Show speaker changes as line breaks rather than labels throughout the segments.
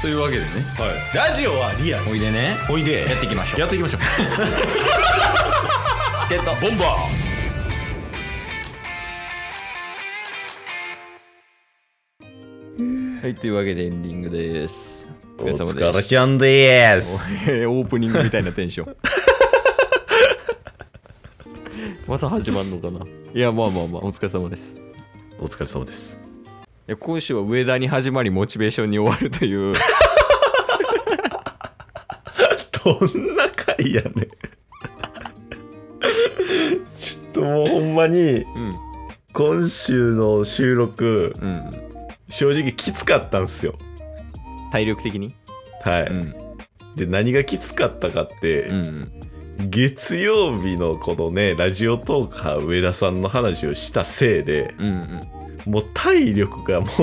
というわけでね
はい、ラジオはリアル
おいでね
おいで
やっていきましょう
やっていきましょう
ゲット
ボンバ
はいというわけでエンディングですお疲れ様です
ちゃんでー
お オープニングみたいなテンショ ンまた始まるのかないやまあまあまあお疲れ様ですい
お疲れ様です
や今週は上田に始まりモチベーションに終わるという
どんな回やねんちょっともうほんまに
うん
今週の収録
うん
正直きつかったんすよ
体力的に
はい、
うん
で何がきつかったかって、
うん
月曜日のこのねラジオトーカー上田さんの話をしたせいで
うんうん
もう体力がもう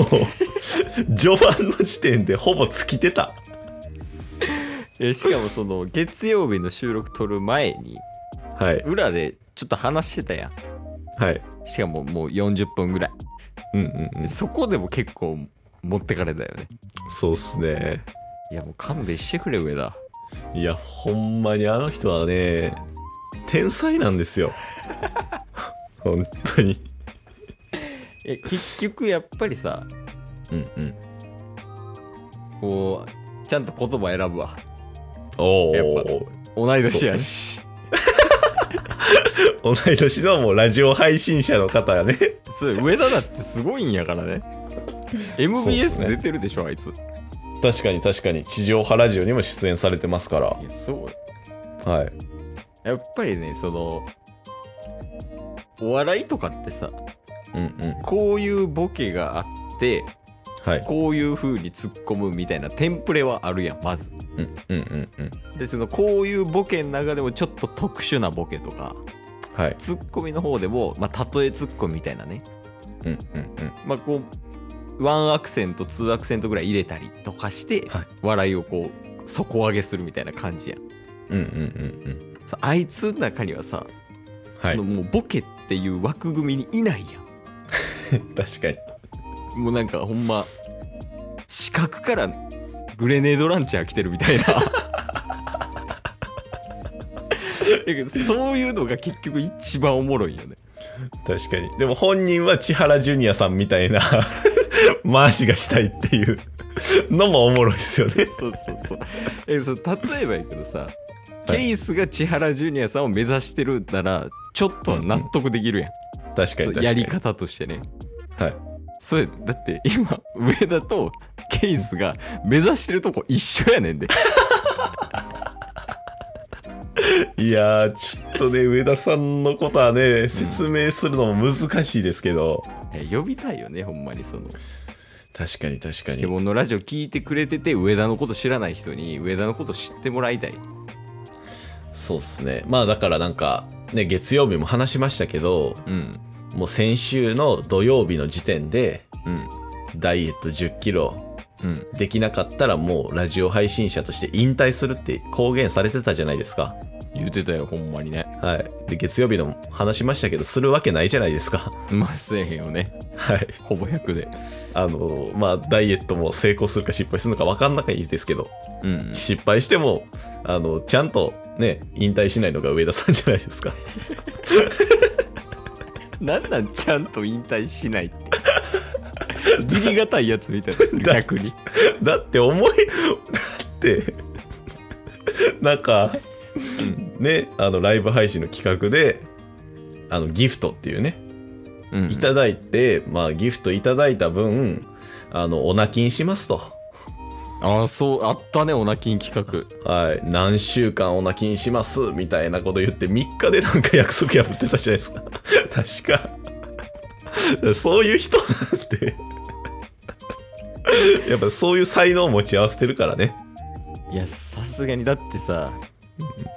序盤の時点でほぼ尽きてた
えしかもその月曜日の収録撮る前に
はい
裏でちょっと話してたやん
はい
しかももう40分ぐらい、
うんうんうん
そこでも結構持ってかれたよね
そうっすね
いやもう勘弁してくれ上田
いやほんまにあの人はね天才なんです よ本当に
え結局やっぱりさ
うんうん
こうちゃんと言葉選ぶわ
お
やっ
お
同い年やし
同い年のもうラジオ配信者の方がね
そう,、上田だってすごいんやからね MBS 出てるでしょ、あいつい
確かに確かに地上波ラジオにも出演されてますから
やそう
はい
やっぱりねそのお笑いとかってさ
うんうん
こういうボケがあって
はい
こういう風に突っ込むみたいなテンプレはあるやんまず
うんうんうんうん
でそのこういうボケの中でもちょっと特殊なボケとか
はい
ツッコミの方でも、まあ、例えツッコミみたいなね
うんうんうん
まあこうワンアクセントツーアクセントぐらい入れたりとかして、
はい
笑いをこう底上げするみたいな感じやん
うんうんうんうん
さあいつの中にはさ、
はい
そのもうボケっていう枠組みにいないや
確かに
んもうなんかほんま四角からグレネードランチャー来てるみたいな だけどそういうのが結局一番おもろいよね
確かにでも本人は千原ジュニアさんみたい な回しがしたいっていうのもおもろいっすよね
そうそうそう。え、そう例えばやけどさ、ケイスが千原ジュニアさんを目指してるなら、ちょっとは納得できるやん。
確かに確か
そう
に
やり方としてね。
はい
それだって今、上田とケイスが目指してるとこ一緒やねん で。
いやーちょっとね上田さんのことはね説明するのも難しいですけど、
え呼びたいよね、ほんまにその。
確かに確か
ケモンのラジオ聞いてくれてて、上田のこと知らない人に、上田のこと知ってもらいたい。
そうっすねまあだからなんかね月曜日も話しましたけど
うん。
もう先週の土曜日の時点で
うん。
ダイエット1 0キロ
うん。
できなかったらもうラジオ配信者として引退するって公言されてたじゃないですか
言うてたよ、ほんまにね。
はいで月曜日の話しましたけどするわけないじゃないですか
まあ、せえへんよね。
はい
ほぼ100で。
あのまあダイエットも成功するか失敗するのか分かんなきゃいいですけど
うん。
失敗してもあのちゃんとね引退しないのが上田さんじゃないですか
なんなんちゃんと引退しないって。ギリがたいやつみ たいな。逆に。
だって思いだってなんかねあのライブ配信の企画であのギフトっていうね
うん
いただいて、まあギフトいただいた分あのお泣きにしますと
ああ、そう、あったね、オナキン企画。
はい何週間お泣きにしますみたいなこと言って3日でなんか約束破ってたじゃないですか 確かそういう人なん てやっぱそういう才能を持ち合わせてるからね
いや、さすがに、だってさ、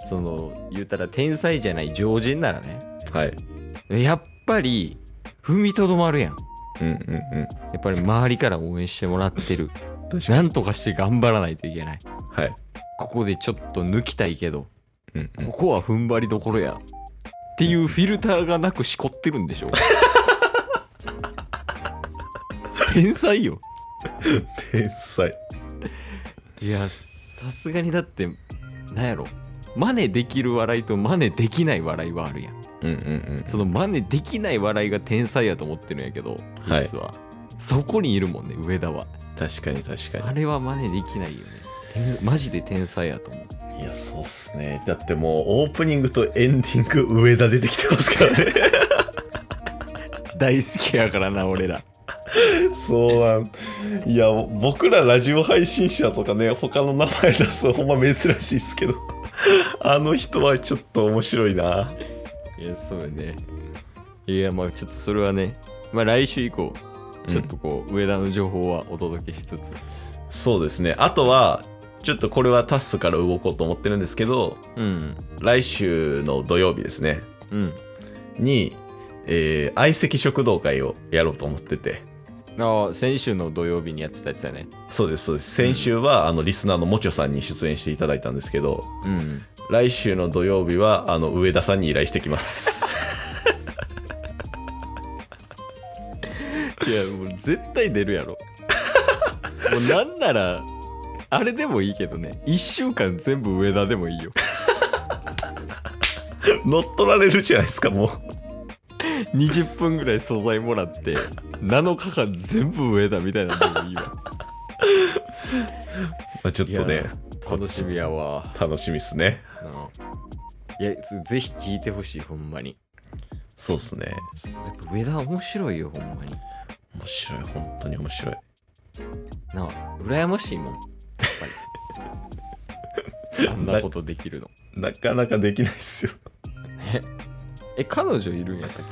その、言うたら天才じゃない常人ならね、
はい
やっぱり、踏みとどまるやん。
うんうんうん
やっぱり周りから応援してもらってる。
確か
な
に
んとかして頑張らないといけない。
はい
ここでちょっと抜きたいけど、
うん
ここは踏ん張りどころや。っていうフィルターがなくしこってるんでしょ天才よ。
天才
いやさすがにだってなんやろ真似できる笑いと真似できない笑いはあるやん
うんうんうん
その真似できない笑いが天才やと思ってるんやけど
はい
実は、そこにいるもんね上田は
確かに確かに
あれは真似できないよね天マジで天才やと思う
いや、そうっすね。だってもう、オープニングとエンディング、上田出てきてますからね。
大好きやからな俺ら
そうなん。いや、僕らラジオ配信者とかね、他の名前出すのほんま珍しいっすけど、あの人はちょっと面白いな。
いやそうやねいやまあちょっとそれはねまあ来週以降ちょっとこう、上田の情報はお届けしつつ
そうですね。あとは、ちょっとこれはタッスから動こうと思ってるんですけど、
うん
来週の土曜日ですね、
うん
に、えー相席食堂会をやろうと思ってて。
ああ先週の土曜日にやってたやつだね
そうです、そうです。先週は、あの、リスナーのもちょさんに出演していただいたんですけど、
うん
来週の土曜日はあの上田さんに依頼してきます
いやもう絶対出るやろ もうなんならあれでもいいけどね1週間全部上田でもい いよ
乗っ取られるじゃないですかもう
20分ぐらい素材もらって7日間全部上田みたいなのでもいいわ
まあちょっとね
楽しみやわ
楽しみっすね
いやつぜひ聞いてほしいほんまに
そうっすね
やっぱ上田面白いよほんまに
面白い本当に面白い
なあ羨ましいもんやっ ぱりあんなことできるの
なかなかできないっすよ
え彼女いるんやったっ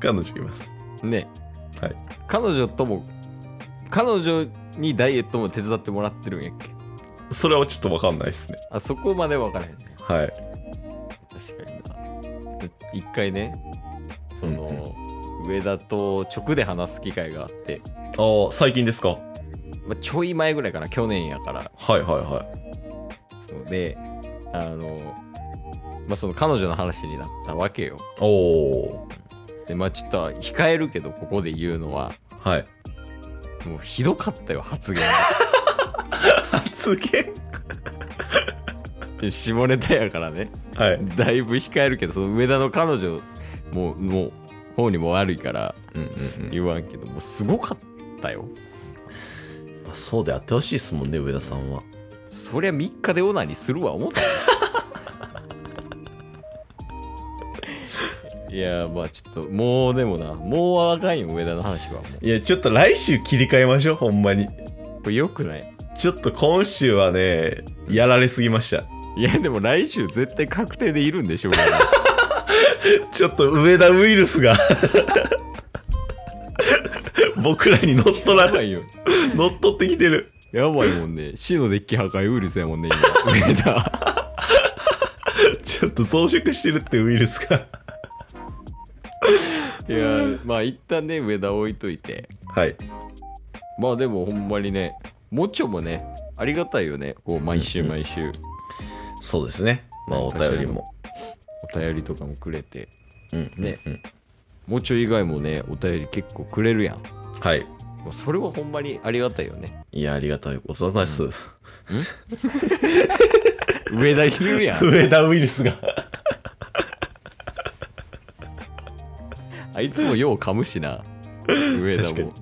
彼女います
けね
はい
彼女とも彼女にダイエットも手伝ってもらってるんやっけ
それはちょっと分かんないっすね
あそこまで分からへんね
はい
確かにな一回ねその、
う
上田と直で話す機会があって、
ああ最近ですかは
まあ、ちょい前ぐらいかな去年やから
いはいはい
そうであのまあその彼女の話になったわけよ
おお
でまあちょっと控えるけどここで言うのは
ーはい
もうひどかったよ発言
発言
下ネタやからね
はい
だいぶ控えるけどその上田の彼女もうもう方にも悪いから
うんうんうん
言わんけどもうすごかったよ
まあそうであってほしいっすもんね上田さんは
そりゃ3日でオナニーするわ思ったよ いやまあちょっともうでもなもうあかんよ上田の話はも
いやちょっと来週切り替えましょうほんまに
うこれよくない
ちょっと今週はねやられすぎました
いやでも来週絶対確定でいるんでしょう
ちょっと上田ウイルスが 僕らに乗っ取ら
や
な
ば
い
いよ
乗っ取ってきてる
やばいもんね死のデッキ破壊ウイルスやもんね今上田
ちょっと増殖してるってウイルスが
いやまあ一旦ね上田置いといて
はい
まあでもほんまにねもちょもねありがたいよねこう毎週毎週
そうですねまあお便りも
お便りとかもくれて
うん
ね
うん
もちょ以外もねお便り結構くれるやん
はい
もうそれはほんまにありがたいよ ね
いやありがたいござい ます、
上田いるやん
上田ウイルスが
あいつもよう噛むしな上田
確かに
も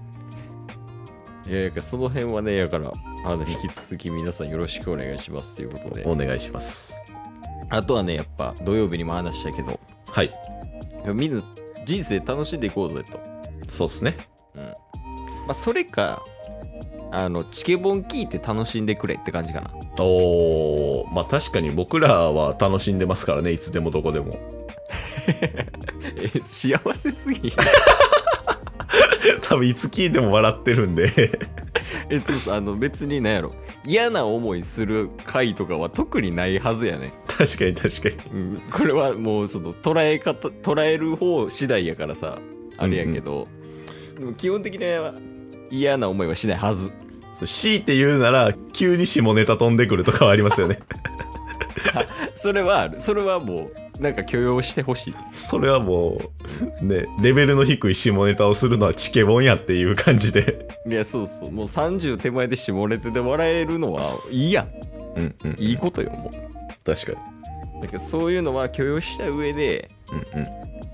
いやいやその辺はねやからあの引き続き皆さんよろしくお願いしますということで
お願いします
あとはねやっぱ土曜日にも話したけど
はい
みんな人生楽しんでいこうぜと、
そうですね
まあ、それかあのチケボン聞いて楽しんでくれって感じかな
おーまあ確かに僕らは楽しんでますからねいつでもどこでも
え幸せすぎ
多分いつ聞いても笑ってるんで
えそうそうあの別に何やろ嫌な思いする回とかは特にないはずやね、
確かに確かに
うん、これはもうその捉え方捉える方次第やからさあれやけど、でも基本的には嫌な思いはしないはず
強いて言うなら急に下ネタ飛んでくるとかはありますよね
それはあるそれはもうなんか許容してほしい
それはもね、レベルの低い下ネタをするのはチケボンやっていう感じで。
いやそうそうもう30手前で下ネタで笑えるのはいいやん
うんうん、
いいことよもう
確か
だけどそういうのは許容した上で
に。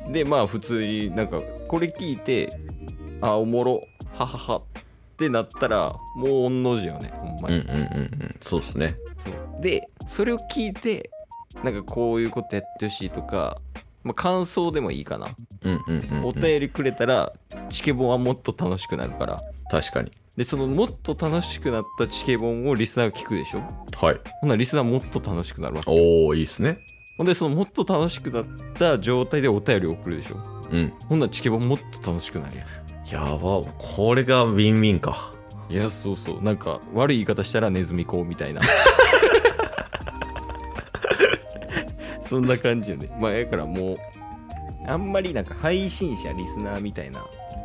うん
でまあ普通になんかこれ聞いてあおもろはははってなったらもう御の字よねほんま
うん。う
に、
んうんうんうん。そうっすね。
そうでそれを聞いてなんかこういうことやってほしいとか、まあ、感想でもいいかな、
うんうんうん、う
お
ん。
便りくれたらチケボンはもっと楽しくなるから
確かに。
でそのもっと楽しくなったチケボンをリスナーが聞くでしょ
はい。
ほんならリスナーもっと楽しくなるわけ
おー、いいっすね。
ほんでそのもっと楽しくなった状態でお便りを送るでしょ
うん。
ほんならチケボンもっと楽しくなるや
や
ん
ば。これがウィンウィンか。
いやそうそうなんか悪い言い方したらネズミ講みたいな そんな感じよねまあやからもうあんまりなんか配信者リスナーみたいな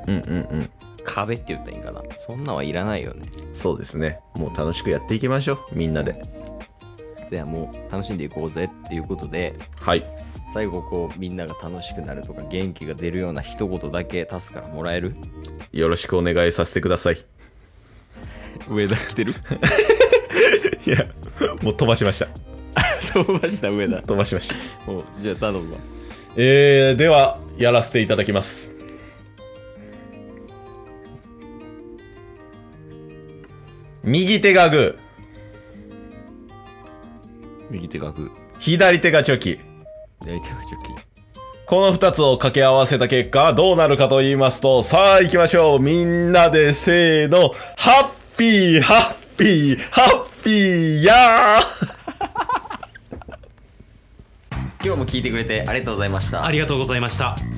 うんうんうん。
壁って言ったらいいんかなそんなんはいらないよね
そうですね。もう楽しくやっていきましょう。みんなで。
ではもう楽しんでいこうぜっていうことで
はい。
最後こうみんなが楽しくなるとか元気が出るような一言だけタスからもらえる
よろしくお願いさせてください。
上田来てる
いや、もう飛ばしました。
飛ばした 上田
飛ばしました。
おじゃあ頼むわ
えー、では、やらせていただきます。右手がグ
右手がグ
ー、左手がチョキ。
ー左手がチョキ
この二つを掛け合わせた結果、どうなるかと言いますと、さあ行きましょう。みんなでせーの、ハッピー、ハッピー、ハッピー、やー
今日も聞いてくれてありがとうございました
ありがとうございました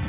す